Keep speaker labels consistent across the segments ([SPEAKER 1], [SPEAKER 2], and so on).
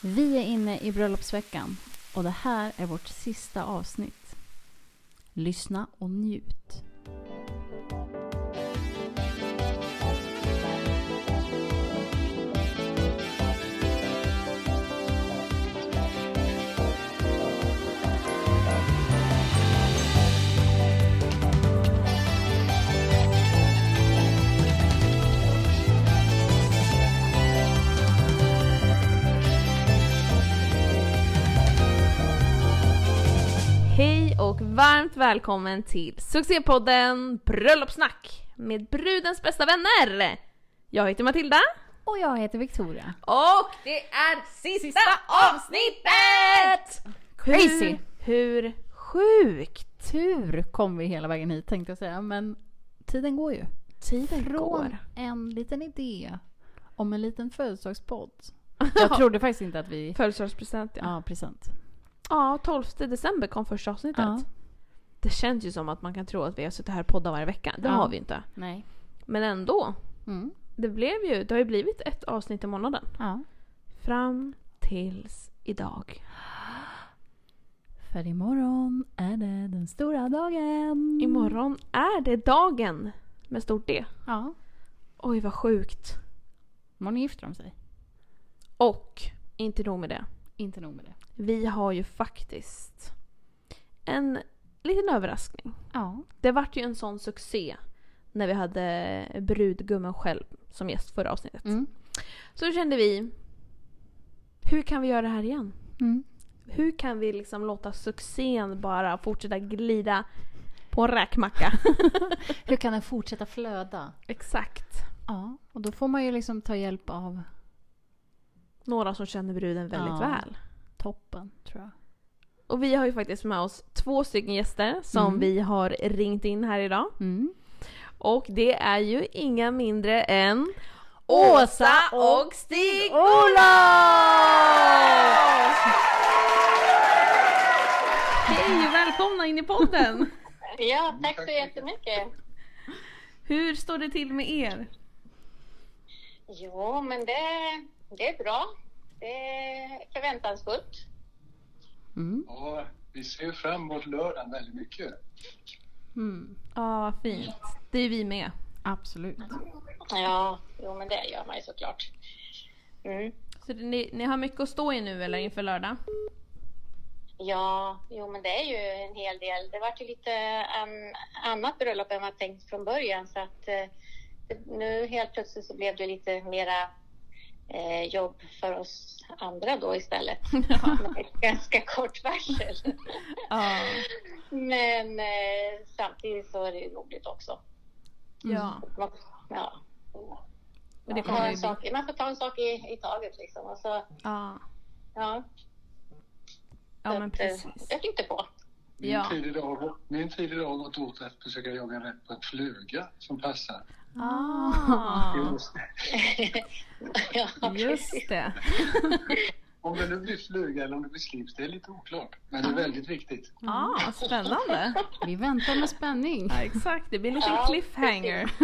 [SPEAKER 1] Vi är inne i bröllopsveckan och det här är vårt sista avsnitt. Lyssna och njut.
[SPEAKER 2] Hej och varmt välkommen till succépodden Bröllopssnack med brudens bästa vänner! Jag heter Matilda
[SPEAKER 1] Och jag heter Victoria.
[SPEAKER 2] och det är sista avsnittet!
[SPEAKER 1] Crazy.
[SPEAKER 2] Hur, hur sjukt
[SPEAKER 1] Tur kom vi hela vägen hit tänkte jag säga, men tiden går ju.
[SPEAKER 2] tiden
[SPEAKER 1] Från
[SPEAKER 2] går.
[SPEAKER 1] en liten idé om en liten födelsedagspodd. Jag trodde faktiskt inte att vi...
[SPEAKER 2] Födelsedagspresent ja.
[SPEAKER 1] Ja, present.
[SPEAKER 2] Ja, 12 december kom första avsnittet.
[SPEAKER 1] Ja.
[SPEAKER 2] Det känns ju som att man kan tro att vi har suttit här och poddat varje vecka. Det
[SPEAKER 1] Ja.
[SPEAKER 2] har vi inte.
[SPEAKER 1] Nej.
[SPEAKER 2] Men ändå.
[SPEAKER 1] Mm.
[SPEAKER 2] Det blev ju, det har ju blivit ett avsnitt i månaden.
[SPEAKER 1] Ja.
[SPEAKER 2] Fram tills idag.
[SPEAKER 1] För imorgon är det den stora dagen.
[SPEAKER 2] Imorgon är det dagen med stort D.
[SPEAKER 1] Ja.
[SPEAKER 2] Oj vad sjukt.
[SPEAKER 1] Imorgon gifter de sig.
[SPEAKER 2] Och inte nog med det.
[SPEAKER 1] Inte nog med det.
[SPEAKER 2] Vi har ju faktiskt en liten överraskning.
[SPEAKER 1] Ja.
[SPEAKER 2] Det vart ju en sån succé när vi hade brudgummen själv som gäst förra avsnittet.
[SPEAKER 1] Mm.
[SPEAKER 2] Så då kände vi, hur kan vi göra det här igen?
[SPEAKER 1] Mm.
[SPEAKER 2] Hur kan vi liksom låta succén bara fortsätta glida på en räkmacka?
[SPEAKER 1] Hur kan den fortsätta flöda?
[SPEAKER 2] Exakt.
[SPEAKER 1] Ja, och då får man ju liksom ta hjälp av
[SPEAKER 2] Några som känner bruden väldigt
[SPEAKER 1] Ja.
[SPEAKER 2] väl.
[SPEAKER 1] toppen, tror jag.
[SPEAKER 2] Och vi har ju faktiskt med oss två stycken gäster som
[SPEAKER 1] Mm.
[SPEAKER 2] vi har ringt in här idag. Och det är ju inga mindre än Åsa och Stig!
[SPEAKER 1] Ola!
[SPEAKER 2] Hej och välkomna in i podden!
[SPEAKER 3] Ja, Mm, tack så jättemycket.
[SPEAKER 2] Hur står det till med er?
[SPEAKER 3] Jo, men det, det är bra. Det är förväntansfullt.
[SPEAKER 1] Mm.
[SPEAKER 4] Ja, vi ser fram emot lördagen väldigt mycket.
[SPEAKER 1] Mm.
[SPEAKER 2] Ja, vad fint. Det är vi med.
[SPEAKER 1] Absolut.
[SPEAKER 3] Ja, jo, men det gör man ju såklart. Mm.
[SPEAKER 2] Så det- ni, ni har mycket att stå i nu eller inför lördag?
[SPEAKER 3] Ja, jo, men det är ju en hel del. Det vart ju lite an, annat bröllop än man tänkt från början. Så att eh, det- nu helt plötsligt så blev det lite mera eh, jobb för oss andra då istället. Med ett ganska kort varsel.
[SPEAKER 2] Ja.
[SPEAKER 3] Men eh, samtidigt så är det ju roligt också.
[SPEAKER 2] ja.
[SPEAKER 3] Man, ja.
[SPEAKER 2] Men
[SPEAKER 3] Man,
[SPEAKER 2] det
[SPEAKER 3] det
[SPEAKER 2] kommer
[SPEAKER 3] får
[SPEAKER 2] ju
[SPEAKER 3] en sak, man får ta en sak i, i taget liksom. Och så,
[SPEAKER 2] Ja,
[SPEAKER 3] ja,
[SPEAKER 2] ja
[SPEAKER 3] så
[SPEAKER 2] men
[SPEAKER 3] att, eh,
[SPEAKER 2] precis.
[SPEAKER 3] Jag flyter på.
[SPEAKER 4] Min,
[SPEAKER 2] Ja.
[SPEAKER 4] tid idag, har- min tid idag har gått åt att försöka jaga rätt på en fluga som passar.
[SPEAKER 2] Ah.
[SPEAKER 4] Jo,
[SPEAKER 3] ja,
[SPEAKER 2] Just det.
[SPEAKER 4] Om det nu blir fluga eller om det blir slips, det är lite oklart. Men det är väldigt viktigt.
[SPEAKER 2] Ah, spännande.
[SPEAKER 1] Vi väntar med spänning.
[SPEAKER 2] Ja, exakt, det blir en liten
[SPEAKER 3] Ja,
[SPEAKER 2] cliffhanger.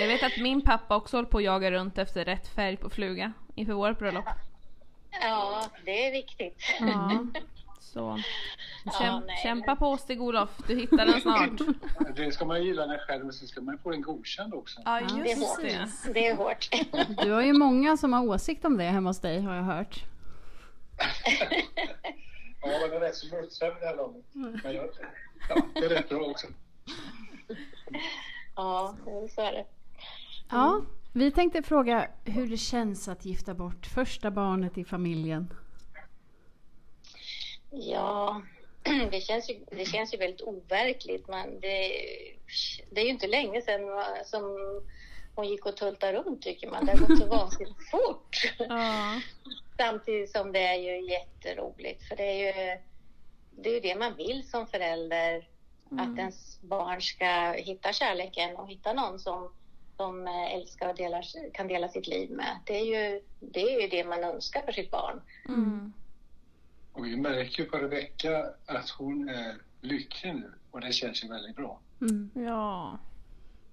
[SPEAKER 2] jag vet att min pappa också håller på att jaga runt efter rätt färg på fluga inför vårt bröllop.
[SPEAKER 3] ja, det är viktigt.
[SPEAKER 2] Ja. Så
[SPEAKER 3] Ja,
[SPEAKER 2] käm,
[SPEAKER 3] nej.
[SPEAKER 2] kämpa på Stig-Olof, du hittar den snart.
[SPEAKER 4] Det ska man gilla den själv, men sen ska man ju få den godkänd också.
[SPEAKER 2] Ja
[SPEAKER 3] Det är
[SPEAKER 2] just det.
[SPEAKER 3] hårt. Det är hårt.
[SPEAKER 1] Du har ju många som har åsikt om det hemma hos dig har jag hört.
[SPEAKER 4] Ja, den är rätt så mutsad vid det här laget.
[SPEAKER 2] Mm.
[SPEAKER 4] Men jag, ja, det är rätt bra också.
[SPEAKER 3] ja, så är det.
[SPEAKER 1] Ja, Mm. vi tänkte fråga hur det känns att gifta bort första barnet i familjen.
[SPEAKER 3] Ja, det känns ju, det känns ju väldigt overkligt. Men det, det är ju inte länge sedan va, som hon gick och tultade runt tycker man. Det har gått så vansinnigt fort.
[SPEAKER 2] Ja.
[SPEAKER 3] Samtidigt som det är ju jätteroligt för det är ju det, är ju det man vill som förälder. Att ens barn ska hitta kärleken och hitta någon som de älskar och delar, kan dela sitt liv med. Det är, ju, det är ju det man önskar för sitt barn.
[SPEAKER 2] Mm.
[SPEAKER 4] Och vi märker ju på Rebecka att hon är lycklig nu och det känns ju väldigt bra.
[SPEAKER 2] Ja.
[SPEAKER 1] Mm.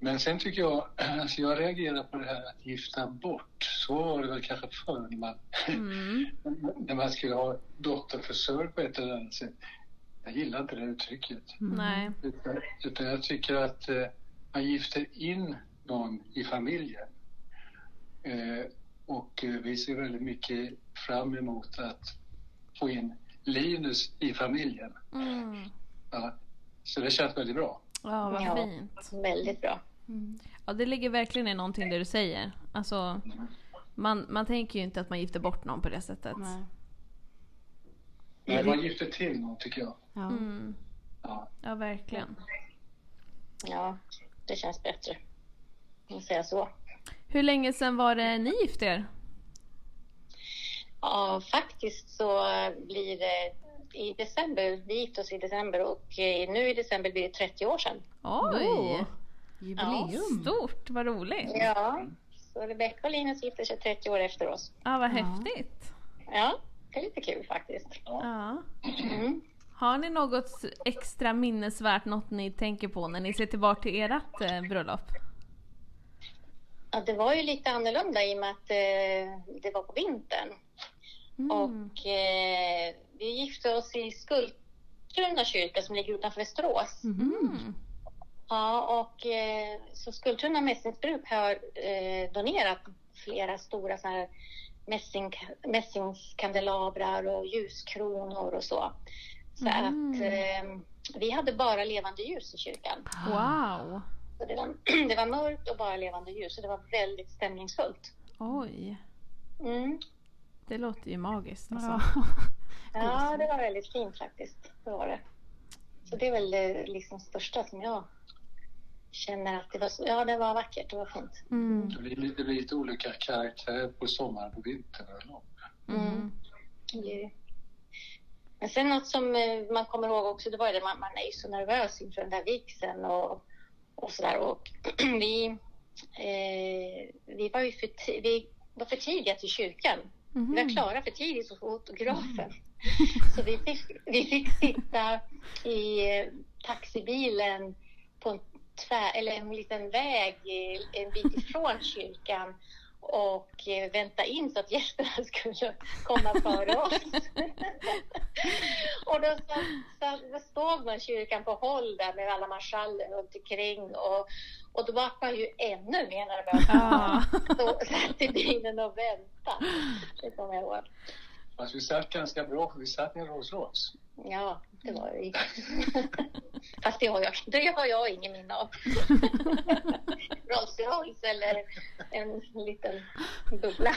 [SPEAKER 4] Men sen tycker jag, alltså jag reagerar på det här att gifta bort. så var det väl kanske förr när man,
[SPEAKER 1] Mm.
[SPEAKER 4] när man skulle ha dotterförsörj på ett eller annat sätt. Jag gillar inte det uttrycket.
[SPEAKER 1] Mm.
[SPEAKER 2] Nej.
[SPEAKER 4] Utan, utan jag tycker att eh, man gifter in någon i familjen. Eh, och eh, vi ser väldigt mycket fram emot att få in Linus i familjen.
[SPEAKER 2] Mm.
[SPEAKER 4] Ja. Så det känns väldigt bra.
[SPEAKER 2] Ja,
[SPEAKER 3] Ja.
[SPEAKER 2] vad fint.
[SPEAKER 3] Väldigt bra.
[SPEAKER 2] Ja, det ligger verkligen i någonting det du säger. Alltså, man, man tänker ju inte att man gifter bort någon på det sättet.
[SPEAKER 1] Nej.
[SPEAKER 4] Men man gifter till någon tycker jag.
[SPEAKER 1] Ja.
[SPEAKER 2] Mm.
[SPEAKER 4] Ja.
[SPEAKER 2] Ja, verkligen.
[SPEAKER 3] Ja, det känns bättre. Om säga så.
[SPEAKER 2] Hur länge sedan var det ni gifte er?
[SPEAKER 3] Ja, faktiskt så blir det i december, vi gifte oss i december och eh, nu i december blir det 30 år sedan.
[SPEAKER 2] Oj!
[SPEAKER 1] Oh, Jubileum.
[SPEAKER 2] Stort, vad roligt! Oh. Ja,
[SPEAKER 3] Ja, så Rebecka och Linus gifte sig 30 år efter oss.
[SPEAKER 2] vad
[SPEAKER 1] Ja.
[SPEAKER 2] häftigt!
[SPEAKER 3] Ja, det är lite kul faktiskt.
[SPEAKER 2] Ja.
[SPEAKER 3] Mm.
[SPEAKER 2] Har ni något extra minnesvärt, något ni tänker på när ni ser tillbaka till ert eh, bröllop?
[SPEAKER 3] Ja, det var ju lite annorlunda i och med att eh, det var på vintern. Och eh, vi gifte oss i Skultuna kyrka som ligger utanför Västerås.
[SPEAKER 2] Mm.
[SPEAKER 3] Ja, och eh, så Skultuna mässingsbruk har eh, donerat flera stora såna här mässing, mässingskandelabrar och ljuskronor och så. Så
[SPEAKER 2] Mm.
[SPEAKER 3] att eh, vi hade bara levande ljus i kyrkan.
[SPEAKER 2] Wow!
[SPEAKER 3] Så det, var, det var mörkt och bara levande ljus så det var väldigt stämningsfullt.
[SPEAKER 2] Oj!
[SPEAKER 3] Mm.
[SPEAKER 2] Det låter ju magiskt alltså.
[SPEAKER 1] Ja.
[SPEAKER 3] Ja, det var väldigt fint faktiskt. Det var det. Så det är väl det liksom största som jag känner att det var, så- ja, det var vackert, det var fint.
[SPEAKER 2] Mm.
[SPEAKER 4] Det blir lite, det blir lite olika karaktär på sommaren och vintern. eller nåt.
[SPEAKER 2] Mm.
[SPEAKER 3] Yeah. Men sen något som eh, man kommer ihåg också, det var ju det, man, man är ju så nervös inför den där vigseln och, och sådär. Och vi, eh, vi var ju för, ti- vi var för tidiga till kyrkan. Vi var klara för tidigt hos fotografen. Så vi fick, vi fick sitta i eh, taxibilen på en, tvär, eller en liten väg eh, en bit ifrån kyrkan och eh, vänta in så att gästerna skulle komma före oss. och då, så, så, då stod man i kyrkan på håll där med alla marschaller runt omkring och, och då var man ju ännu mer nervös.
[SPEAKER 2] Ja.
[SPEAKER 3] Så satt i bilen och väntade. Det kommer jag ihåg.
[SPEAKER 4] Fast vi satt ganska bra för vi satt i en Rolls Royce.
[SPEAKER 3] Ja, det var det ju. Fast det har jag, det har jag ingen minne av. Rolls Royce eller en liten bubbla.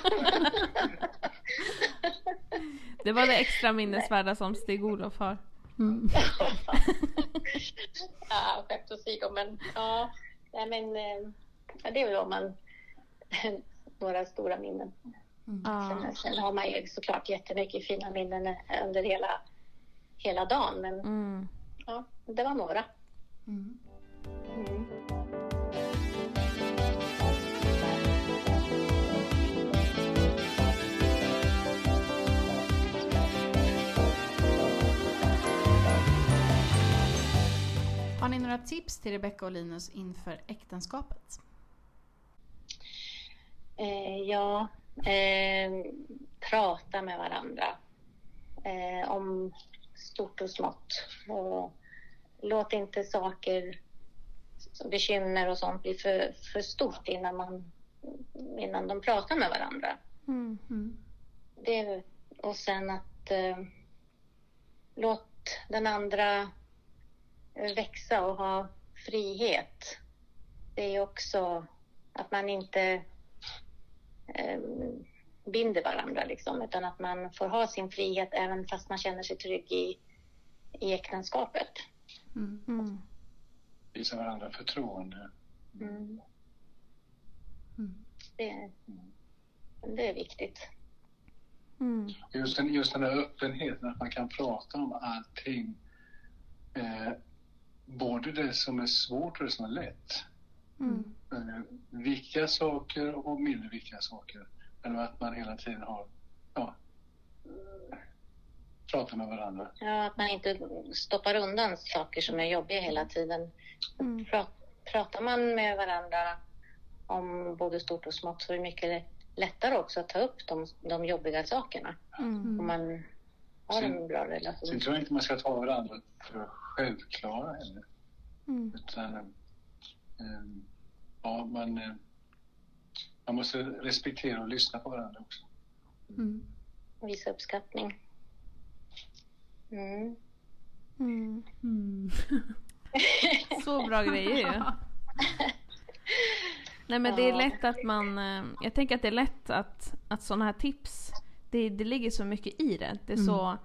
[SPEAKER 2] Det var det extra minnesvärda som Stig-Olof har.
[SPEAKER 1] Mm.
[SPEAKER 3] ja, skämt åsido, men ja. Nej, men eh, ja, det är väl om man några stora minnen.
[SPEAKER 2] Ja.
[SPEAKER 1] Mm.
[SPEAKER 3] Sen, sen har man ju såklart jättemycket fina minnen under hela, hela dagen, men
[SPEAKER 2] Mm.
[SPEAKER 3] ja, det var några.
[SPEAKER 1] Mm.
[SPEAKER 3] Mm.
[SPEAKER 1] Har ni några tips till Rebecca och Linus inför äktenskapet?
[SPEAKER 3] Eh, ja, eh, prata med varandra eh, om stort och smått. Och låt inte saker, som bekymmer och sånt bli för, för stort innan, man, innan de pratar med varandra.
[SPEAKER 2] Mm.
[SPEAKER 3] Det, och sen att eh, låt den andra eh, växa och ha frihet. Det är också att man inte eh, binder varandra liksom, utan att man får ha sin frihet även fast man känner sig trygg i, i äktenskapet.
[SPEAKER 2] Mm.
[SPEAKER 4] Visa varandra förtroende.
[SPEAKER 3] Mm.
[SPEAKER 1] Mm.
[SPEAKER 3] Det, det är viktigt.
[SPEAKER 2] Mm.
[SPEAKER 4] Just den, just den här öppenheten, att man kan prata om allting. Eh, både det som är svårt och det som är lätt.
[SPEAKER 2] Mm.
[SPEAKER 4] Eh, viktiga saker och mindre viktiga saker. Men att man hela tiden har, ja, eh, pratar med varandra.
[SPEAKER 3] Ja, att man inte stoppar undan saker som är jobbiga hela tiden.
[SPEAKER 2] Mm.
[SPEAKER 3] Pra- Pratar man med varandra om både stort och smått så är det mycket lättare också att ta upp de, de jobbiga sakerna.
[SPEAKER 2] Mm.
[SPEAKER 3] Om man har en bra relation.
[SPEAKER 4] Sen tror jag inte man ska ta varandra för självklara heller. Utan, ehm, ja, man, eh, man måste respektera och lyssna på varandra också.
[SPEAKER 1] Mm.
[SPEAKER 3] Visa uppskattning. Mm.
[SPEAKER 2] Mm.
[SPEAKER 1] Mm.
[SPEAKER 2] Så bra grejer ju. Nej men det är
[SPEAKER 3] Ja.
[SPEAKER 2] lätt att man, eh, jag tänker att det är lätt att, att sådana här tips, det, det ligger så mycket i det. Det är så,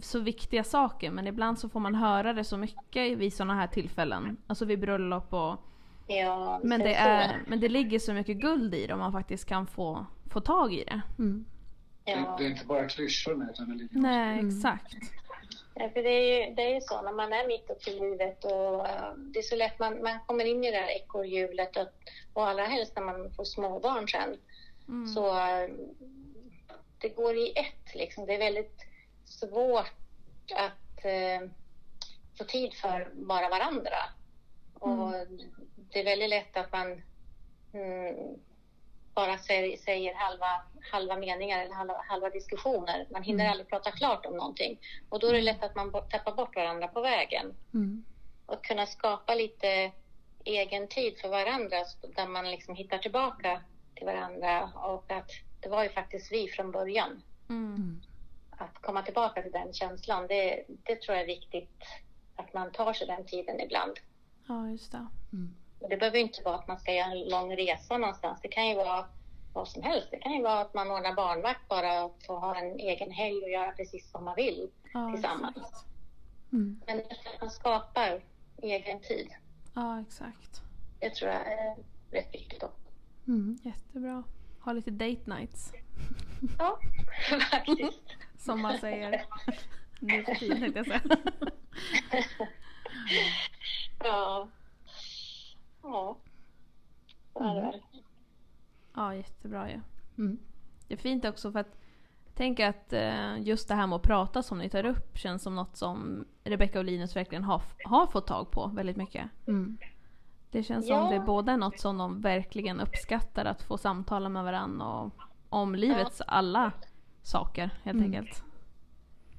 [SPEAKER 2] så viktiga saker men ibland så får man höra det så mycket vid sådana här tillfällen. Alltså vid bröllop och,
[SPEAKER 3] Ja,
[SPEAKER 2] men det,
[SPEAKER 3] så-
[SPEAKER 2] är, men det ligger så mycket guld i det om man faktiskt kan få, få tag i det.
[SPEAKER 1] Mm.
[SPEAKER 3] Ja.
[SPEAKER 4] Det, det är inte bara klyschorna utan det ligger
[SPEAKER 2] Nej exakt.
[SPEAKER 3] Ja, för det är ju det är ju så när man är mitt uppe i livet och eh, det är så lätt man, man kommer in i det här ekorrhjulet och, och allra helst när man får småbarn sen.
[SPEAKER 2] Mm.
[SPEAKER 3] Så eh, det går i ett liksom. Det är väldigt svårt att eh, få tid för bara varandra. Och det är väldigt lätt att man mm, bara säger, säger halva, halva meningar eller halva, halva diskussioner. Man hinner aldrig prata klart om någonting. Och då är det lätt att man bo- tappar bort varandra på vägen.
[SPEAKER 1] Mm.
[SPEAKER 3] Och kunna skapa lite egen tid för varandra så- där man liksom hittar tillbaka till varandra och att det var ju faktiskt vi från början.
[SPEAKER 2] Mm.
[SPEAKER 3] Att komma tillbaka till den känslan, det, det tror jag är viktigt att man tar sig den tiden ibland.
[SPEAKER 2] Ja just det.
[SPEAKER 3] Och det behöver ju inte vara att man ska göra en lång resa någonstans. Det kan ju vara vad som helst. Det kan ju vara att man ordnar barnvakt bara och får ha en egen helg och göra precis som man vill
[SPEAKER 2] Ja,
[SPEAKER 3] tillsammans.
[SPEAKER 2] Exakt. Mm.
[SPEAKER 3] Men att man skapar egen tid,
[SPEAKER 2] Ja exakt.
[SPEAKER 3] det tror jag är rätt viktigt också.
[SPEAKER 1] Mm.
[SPEAKER 2] Jättebra. Ha lite date nights.
[SPEAKER 3] Ja, faktiskt.
[SPEAKER 2] Som man säger. Nu för tiden tänkte jag säga.
[SPEAKER 3] Ja. Ja. Så är det väl.
[SPEAKER 2] Ja, jättebra ju.
[SPEAKER 1] Mm.
[SPEAKER 2] Det är fint också för att tänk att eh, just det här med att prata som ni tar upp känns som något som Rebecca och Linus verkligen har, har fått tag på väldigt mycket.
[SPEAKER 1] Mm.
[SPEAKER 2] Det känns
[SPEAKER 3] Ja.
[SPEAKER 2] som det är både är något som de verkligen uppskattar att få samtala med varandra och om livets alla saker helt
[SPEAKER 1] Mm.
[SPEAKER 2] enkelt.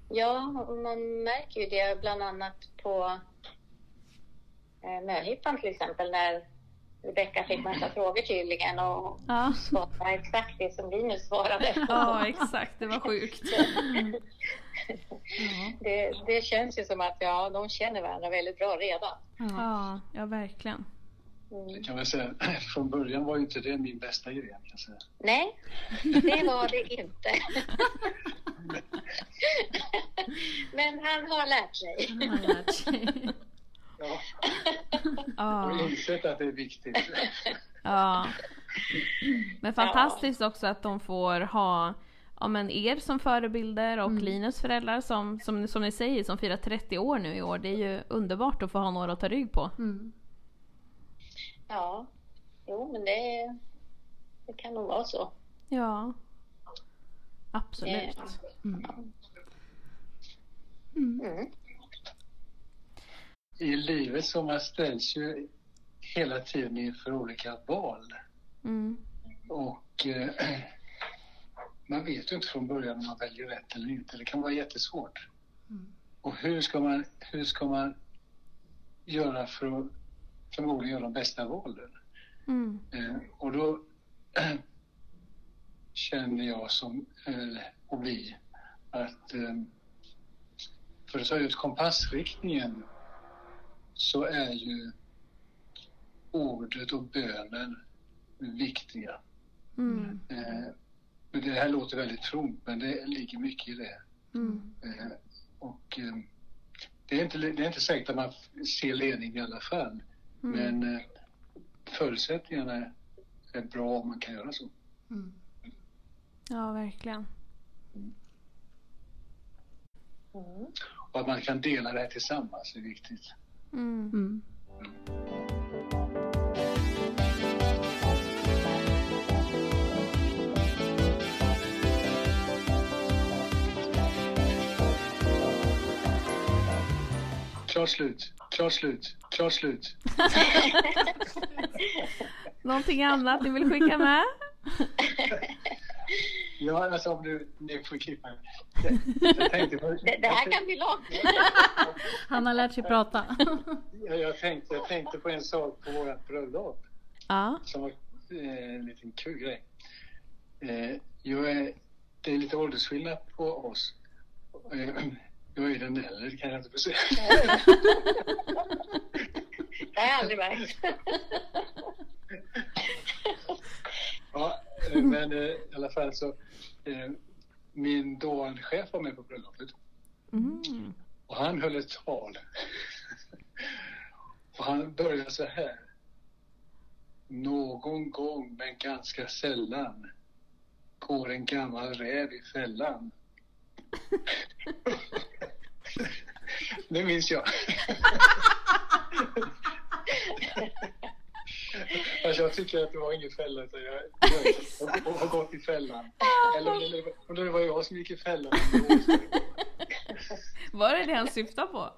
[SPEAKER 3] Ja, och man märker ju det bland annat på eh, möhippan till exempel när Rebecka fick massa frågor tydligen och
[SPEAKER 2] Ja.
[SPEAKER 3] svarade exakt det som vi nu svarade.
[SPEAKER 2] ja, exakt. Det var sjukt.
[SPEAKER 3] Det, det känns ju som att ja, de känner varandra väldigt bra redan.
[SPEAKER 1] Mm.
[SPEAKER 3] Mm.
[SPEAKER 2] Ja, ja verkligen.
[SPEAKER 4] Det kan man säga. Från början var ju inte det min bästa gren kan jag säga.
[SPEAKER 3] Nej, det var det inte. Men han har lärt sig.
[SPEAKER 4] Ja, jag
[SPEAKER 2] Ja.
[SPEAKER 4] har insett att det är viktigt.
[SPEAKER 2] Ja. Men fantastiskt också att de får ha ja, men er som förebilder och Linus föräldrar som, som, som ni säger som firar 30 år nu i år. Det är ju underbart att få ha några att ta rygg på.
[SPEAKER 1] Mm.
[SPEAKER 3] Ja, jo men det, det kan nog vara så.
[SPEAKER 2] Ja.
[SPEAKER 3] Det-
[SPEAKER 2] Absolut.
[SPEAKER 3] Mm.
[SPEAKER 4] I livet så man ställs ju hela tiden inför olika val.
[SPEAKER 2] Mm.
[SPEAKER 4] Och eh, man vet ju inte från början om man väljer rätt eller inte. Det kan vara jättesvårt. Och hur ska man, hur ska man göra för att förmodligen göra de bästa valen?
[SPEAKER 2] Mm.
[SPEAKER 4] Eh, och då känner jag som, eh, och vi, att eh, för att ta ut kompassriktningen så är ju ordet och bönen viktiga.
[SPEAKER 2] Mm.
[SPEAKER 4] Eh, men det här låter väldigt fromt, men det ligger mycket i det.
[SPEAKER 2] Mm.
[SPEAKER 4] Eh, och eh, det, är inte, det är inte säkert att man f- ser ledning i alla fall,
[SPEAKER 3] Mm.
[SPEAKER 4] men eh, förutsättningarna är bra om man kan göra så.
[SPEAKER 2] Ja, verkligen.
[SPEAKER 4] Och att man kan dela det här tillsammans är viktigt.
[SPEAKER 2] Mm.
[SPEAKER 1] Mm.
[SPEAKER 4] Klart slut, klart slut, klart slut.
[SPEAKER 2] Någonting annat ni vill skicka med?
[SPEAKER 4] ja, alltså om du, du får klippa. Jag, jag tänkte på,
[SPEAKER 3] Det, det här kan bli långt.
[SPEAKER 1] Han har lärt sig prata.
[SPEAKER 4] jag, jag, tänkte, jag tänkte på en sak på vårt bröllop
[SPEAKER 2] Ja.
[SPEAKER 4] som var eh, en liten kul grej. Eh, jag är, det är lite åldersskillnad på oss. Eh, jag är den äldre, det kan jag inte precis.
[SPEAKER 3] Det har jag aldrig märkt.
[SPEAKER 4] Ja, eh, men eh, i alla fall så. Eh, min dåvarande chef var med på bröllopet
[SPEAKER 2] Mm.
[SPEAKER 4] och han höll ett tal. och han började så här. Någon gång, men ganska sällan, går en gammal räv i fällan. det minns jag. Alltså jag tycker att det var ingen fälla utan jag, jag, jag har gått i fällan. Eller om det, om det var jag som gick i fällan.
[SPEAKER 2] Var det det han syftade på?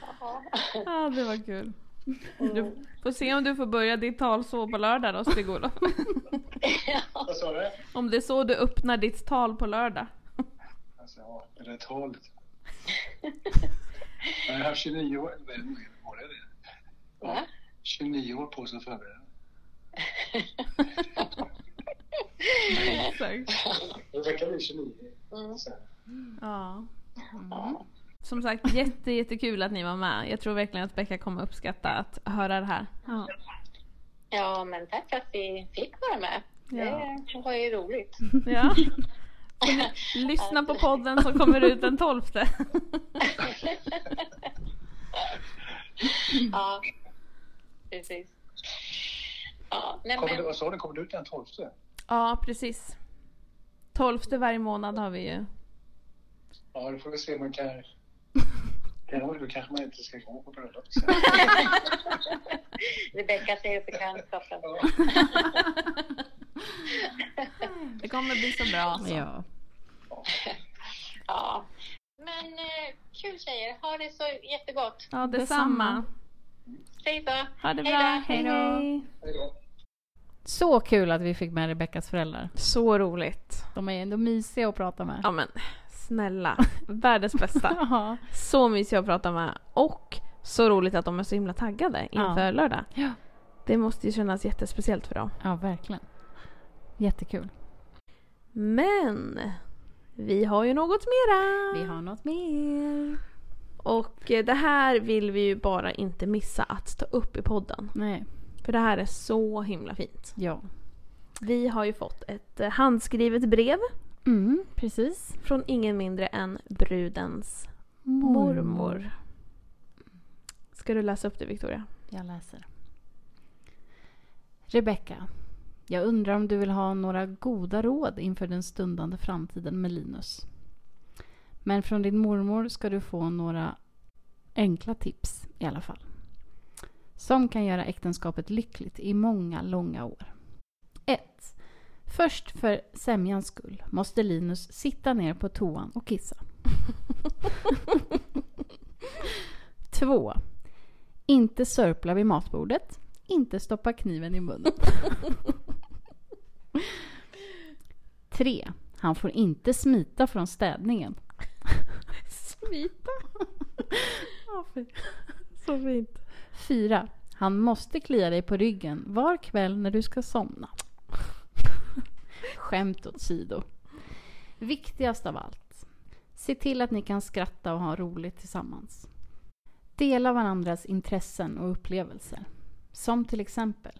[SPEAKER 3] Jaha.
[SPEAKER 2] Ja, det var kul. Du får se om du får börja ditt tal så på lördag då, stig
[SPEAKER 3] Ja.
[SPEAKER 4] Vad sa du?
[SPEAKER 2] Om det är så du öppnar ditt tal på lördag.
[SPEAKER 4] Alltså, ja, det där talet. Jag har 29 år, eller var det det? Ja,
[SPEAKER 3] Va?
[SPEAKER 4] 29 år på sig att förbereda mig.
[SPEAKER 2] Exakt.
[SPEAKER 4] Det verkar bli 29.
[SPEAKER 3] Mm.
[SPEAKER 4] Så.
[SPEAKER 2] Ja. Mm. Som sagt, jätte, jättekul att ni var med. Jag tror verkligen att Becka kommer uppskatta att höra det här.
[SPEAKER 1] Ja.
[SPEAKER 3] ja, men tack för att vi fick vara med. Det var ju roligt.
[SPEAKER 2] Ja. Så ni- Lyssna på podden som kommer ut den 12.
[SPEAKER 3] Ja, precis. Ja, nej
[SPEAKER 4] Kommer du,
[SPEAKER 3] men,
[SPEAKER 4] vad sa du, kommer du ut den 12?
[SPEAKER 2] Ja, precis. 12 varje månad har vi ju.
[SPEAKER 4] Ja, då får vi se om man kan... kan då kanske man inte ska gå på bröllop. sen.
[SPEAKER 3] Rebecka säger upp bekantskapen.
[SPEAKER 4] Ja.
[SPEAKER 2] Det kommer bli så bra. alltså.
[SPEAKER 1] ja.
[SPEAKER 3] Ja. Men eh, kul tjejer, ha det så jättegott.
[SPEAKER 2] Ja, detsamma.
[SPEAKER 3] Hej då!
[SPEAKER 2] Ha det
[SPEAKER 3] Hej
[SPEAKER 2] bra.
[SPEAKER 3] då.
[SPEAKER 2] Hej då.
[SPEAKER 4] Hej då.
[SPEAKER 1] Så kul att vi fick med Rebeckas föräldrar.
[SPEAKER 2] Så roligt.
[SPEAKER 1] De är ändå mysiga att prata med.
[SPEAKER 2] Ja men snälla, världens bästa.
[SPEAKER 1] Ja.
[SPEAKER 2] Så mysiga att prata med och så roligt att de är så himla taggade inför lördag.
[SPEAKER 1] Ja.
[SPEAKER 2] Det måste ju kännas jättespeciellt för dem.
[SPEAKER 1] ja, verkligen. Jättekul.
[SPEAKER 2] Men vi har ju något mera.
[SPEAKER 1] Vi har något mer.
[SPEAKER 2] Och eh, det här vill vi ju bara inte missa att ta upp i podden.
[SPEAKER 1] Nej,
[SPEAKER 2] För det här är så himla fint.
[SPEAKER 1] ja.
[SPEAKER 2] Vi har ju fått ett eh, handskrivet brev
[SPEAKER 1] Mm, precis.
[SPEAKER 2] från ingen mindre än brudens mormor. Ska du läsa upp det Victoria?
[SPEAKER 1] Jag läser. Rebecka, jag undrar om du vill ha några goda råd inför den stundande framtiden med Linus. Men från din mormor ska du få några enkla tips i alla fall. Som kan göra äktenskapet lyckligt i många, långa år. 1. Först för sämjans skull måste Linus sitta ner på toan och kissa. 2. Inte sörpla vid matbordet. Inte stoppa kniven i munnen. 3. Han får inte smita från städningen.
[SPEAKER 2] Smita. ja, fy. Så fint.
[SPEAKER 1] 4. Han måste klia dig på ryggen var kväll när du ska somna. Skämt åsido. Viktigast av allt. Se till att ni kan skratta och ha roligt tillsammans. Dela varandras intressen och upplevelser. Som till exempel,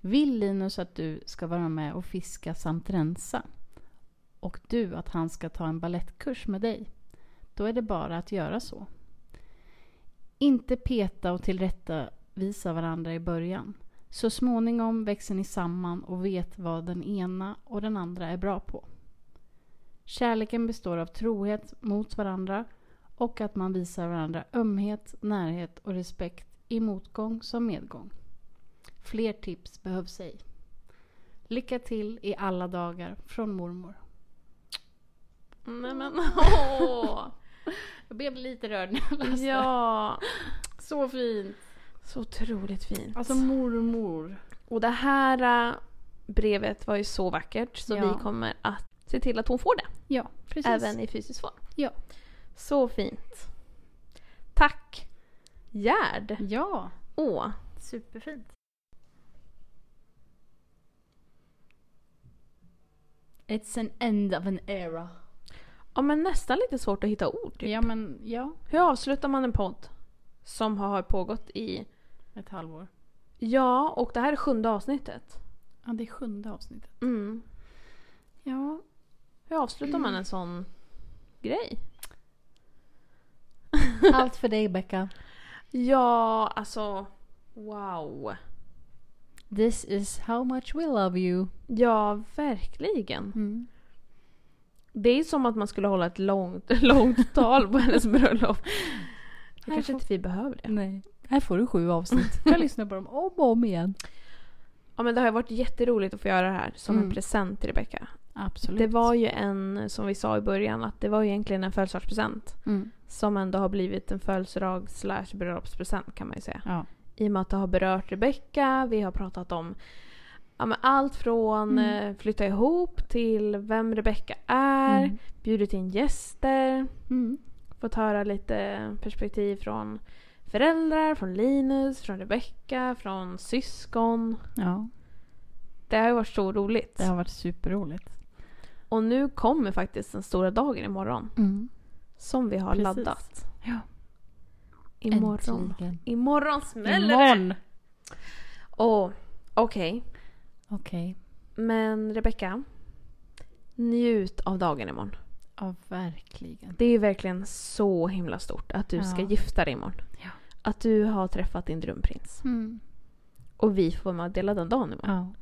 [SPEAKER 1] vill Linus att du ska vara med och fiska samt rensa? Och du att han ska ta en ballettkurs med dig? Då är det bara att göra så. Inte peta och tillrättavisa varandra i början. Så småningom växer ni samman och vet vad den ena och den andra är bra på. Kärleken består av trohet mot varandra och att man visar varandra ömhet, närhet och respekt i motgång som medgång. Fler tips behövs ej. Lycka till i alla dagar från mormor.
[SPEAKER 2] Nej men åh. Alltså.
[SPEAKER 1] Jag blev lite rörd när jag läste.
[SPEAKER 2] ja.
[SPEAKER 1] Så fint!
[SPEAKER 2] Så otroligt fint.
[SPEAKER 5] Alltså mormor.
[SPEAKER 2] och det här äh, brevet var ju så vackert så
[SPEAKER 1] Ja.
[SPEAKER 2] vi kommer att se till att hon får det.
[SPEAKER 1] Ja, precis.
[SPEAKER 2] Även i fysisk form.
[SPEAKER 1] Ja.
[SPEAKER 2] Så fint. Tack Gerd.
[SPEAKER 1] Ja,
[SPEAKER 2] Åh.
[SPEAKER 1] superfint. It's an end of an era.
[SPEAKER 2] Ja men nästan lite svårt att hitta ord. typ.
[SPEAKER 1] Ja, men ja.
[SPEAKER 2] Hur avslutar man en podd? Som har pågått i...
[SPEAKER 1] Ett halvår.
[SPEAKER 2] Ja, och det här är sjunde avsnittet.
[SPEAKER 1] Ja, det är sjunde avsnittet.
[SPEAKER 2] Mm.
[SPEAKER 1] Ja.
[SPEAKER 2] Hur avslutar man en sån grej?
[SPEAKER 1] Allt för dig, Becka.
[SPEAKER 2] Ja, alltså... Wow.
[SPEAKER 1] This is how much we love you.
[SPEAKER 2] Ja, verkligen.
[SPEAKER 1] Mm.
[SPEAKER 2] Det är som att man skulle hålla ett långt, långt tal på hennes bröllop. Det
[SPEAKER 1] Här
[SPEAKER 2] kanske
[SPEAKER 1] får-
[SPEAKER 2] inte vi behöver det.
[SPEAKER 1] Nej. Här får du sju avsnitt. Du kan lyssna på dem om och om igen.
[SPEAKER 2] Ja, men det har ju varit jätteroligt att få göra det här som
[SPEAKER 1] Mm.
[SPEAKER 2] en present till Rebecka.
[SPEAKER 1] Absolut.
[SPEAKER 2] Det var ju en, som vi sa i början, att det var ju egentligen en födelsedagspresent.
[SPEAKER 1] Mm.
[SPEAKER 2] Som ändå har blivit en födelsedag slash bröllopspresent kan man ju säga.
[SPEAKER 1] Ja.
[SPEAKER 2] I och med att det har berört Rebecka, vi har pratat om ja, men allt från
[SPEAKER 1] Mm.
[SPEAKER 2] eh, flytta ihop till vem Rebecka är,
[SPEAKER 1] Mm.
[SPEAKER 2] bjudit in gäster,
[SPEAKER 1] Mm.
[SPEAKER 2] fått höra lite perspektiv från föräldrar, från Linus, från Rebecka, från syskon.
[SPEAKER 1] Ja,
[SPEAKER 2] Det har ju varit så roligt.
[SPEAKER 1] det har varit superroligt.
[SPEAKER 2] Och nu kommer faktiskt den stora dagen imorgon.
[SPEAKER 1] Mm.
[SPEAKER 2] Som vi har
[SPEAKER 1] Precis.
[SPEAKER 2] laddat.
[SPEAKER 1] Ja.
[SPEAKER 2] Imorgon.
[SPEAKER 1] Äntligen.
[SPEAKER 2] Imorgon smäller det!
[SPEAKER 1] Imorgon!
[SPEAKER 2] Åh, okej.
[SPEAKER 1] Okej.
[SPEAKER 2] Men Rebecka. Njut av dagen imorgon.
[SPEAKER 1] Ja, verkligen.
[SPEAKER 2] Det är verkligen så himla stort att du ska
[SPEAKER 1] Ja.
[SPEAKER 2] gifta dig imorgon.
[SPEAKER 1] Ja.
[SPEAKER 2] Att du har träffat din drömprins.
[SPEAKER 1] Mm.
[SPEAKER 2] Och vi får vara med och dela den dagen imorgon.
[SPEAKER 1] Ja.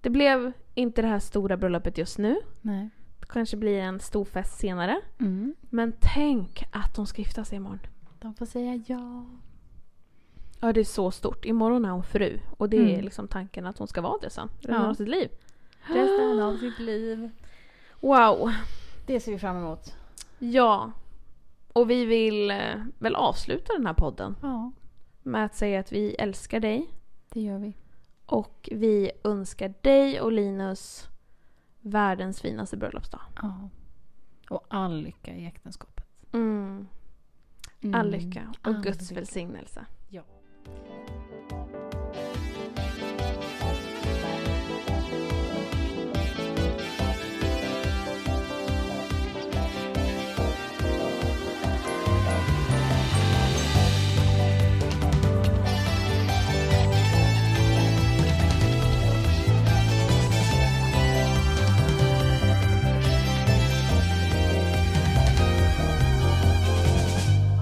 [SPEAKER 2] Det blev inte det här stora bröllopet just nu.
[SPEAKER 1] Nej.
[SPEAKER 2] Det kanske blir en stor fest senare.
[SPEAKER 1] Mm.
[SPEAKER 2] Men tänk att de ska gifta sig imorgon.
[SPEAKER 1] De får säga ja.
[SPEAKER 2] Ja, det är så stort. Imorgon är hon fru. Och det är
[SPEAKER 1] Mm.
[SPEAKER 2] liksom tanken att hon ska vara det sen. Resten
[SPEAKER 1] Ja.
[SPEAKER 2] av sitt liv.
[SPEAKER 1] Resten av sitt liv.
[SPEAKER 2] Wow.
[SPEAKER 1] Det ser vi fram emot.
[SPEAKER 2] Ja. Och vi vill eh, väl avsluta den här podden
[SPEAKER 1] Ja,
[SPEAKER 2] med att säga att vi älskar dig.
[SPEAKER 1] det gör vi.
[SPEAKER 2] Och vi önskar dig och Linus världens finaste bröllopsdag.
[SPEAKER 1] Ja. Och all lycka i äktenskapet.
[SPEAKER 2] Mm.
[SPEAKER 1] Mm.
[SPEAKER 2] All lycka och
[SPEAKER 1] all
[SPEAKER 2] Guds
[SPEAKER 1] lycka.
[SPEAKER 2] välsignelse.
[SPEAKER 1] Ja.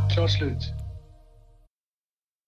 [SPEAKER 4] Klart slut.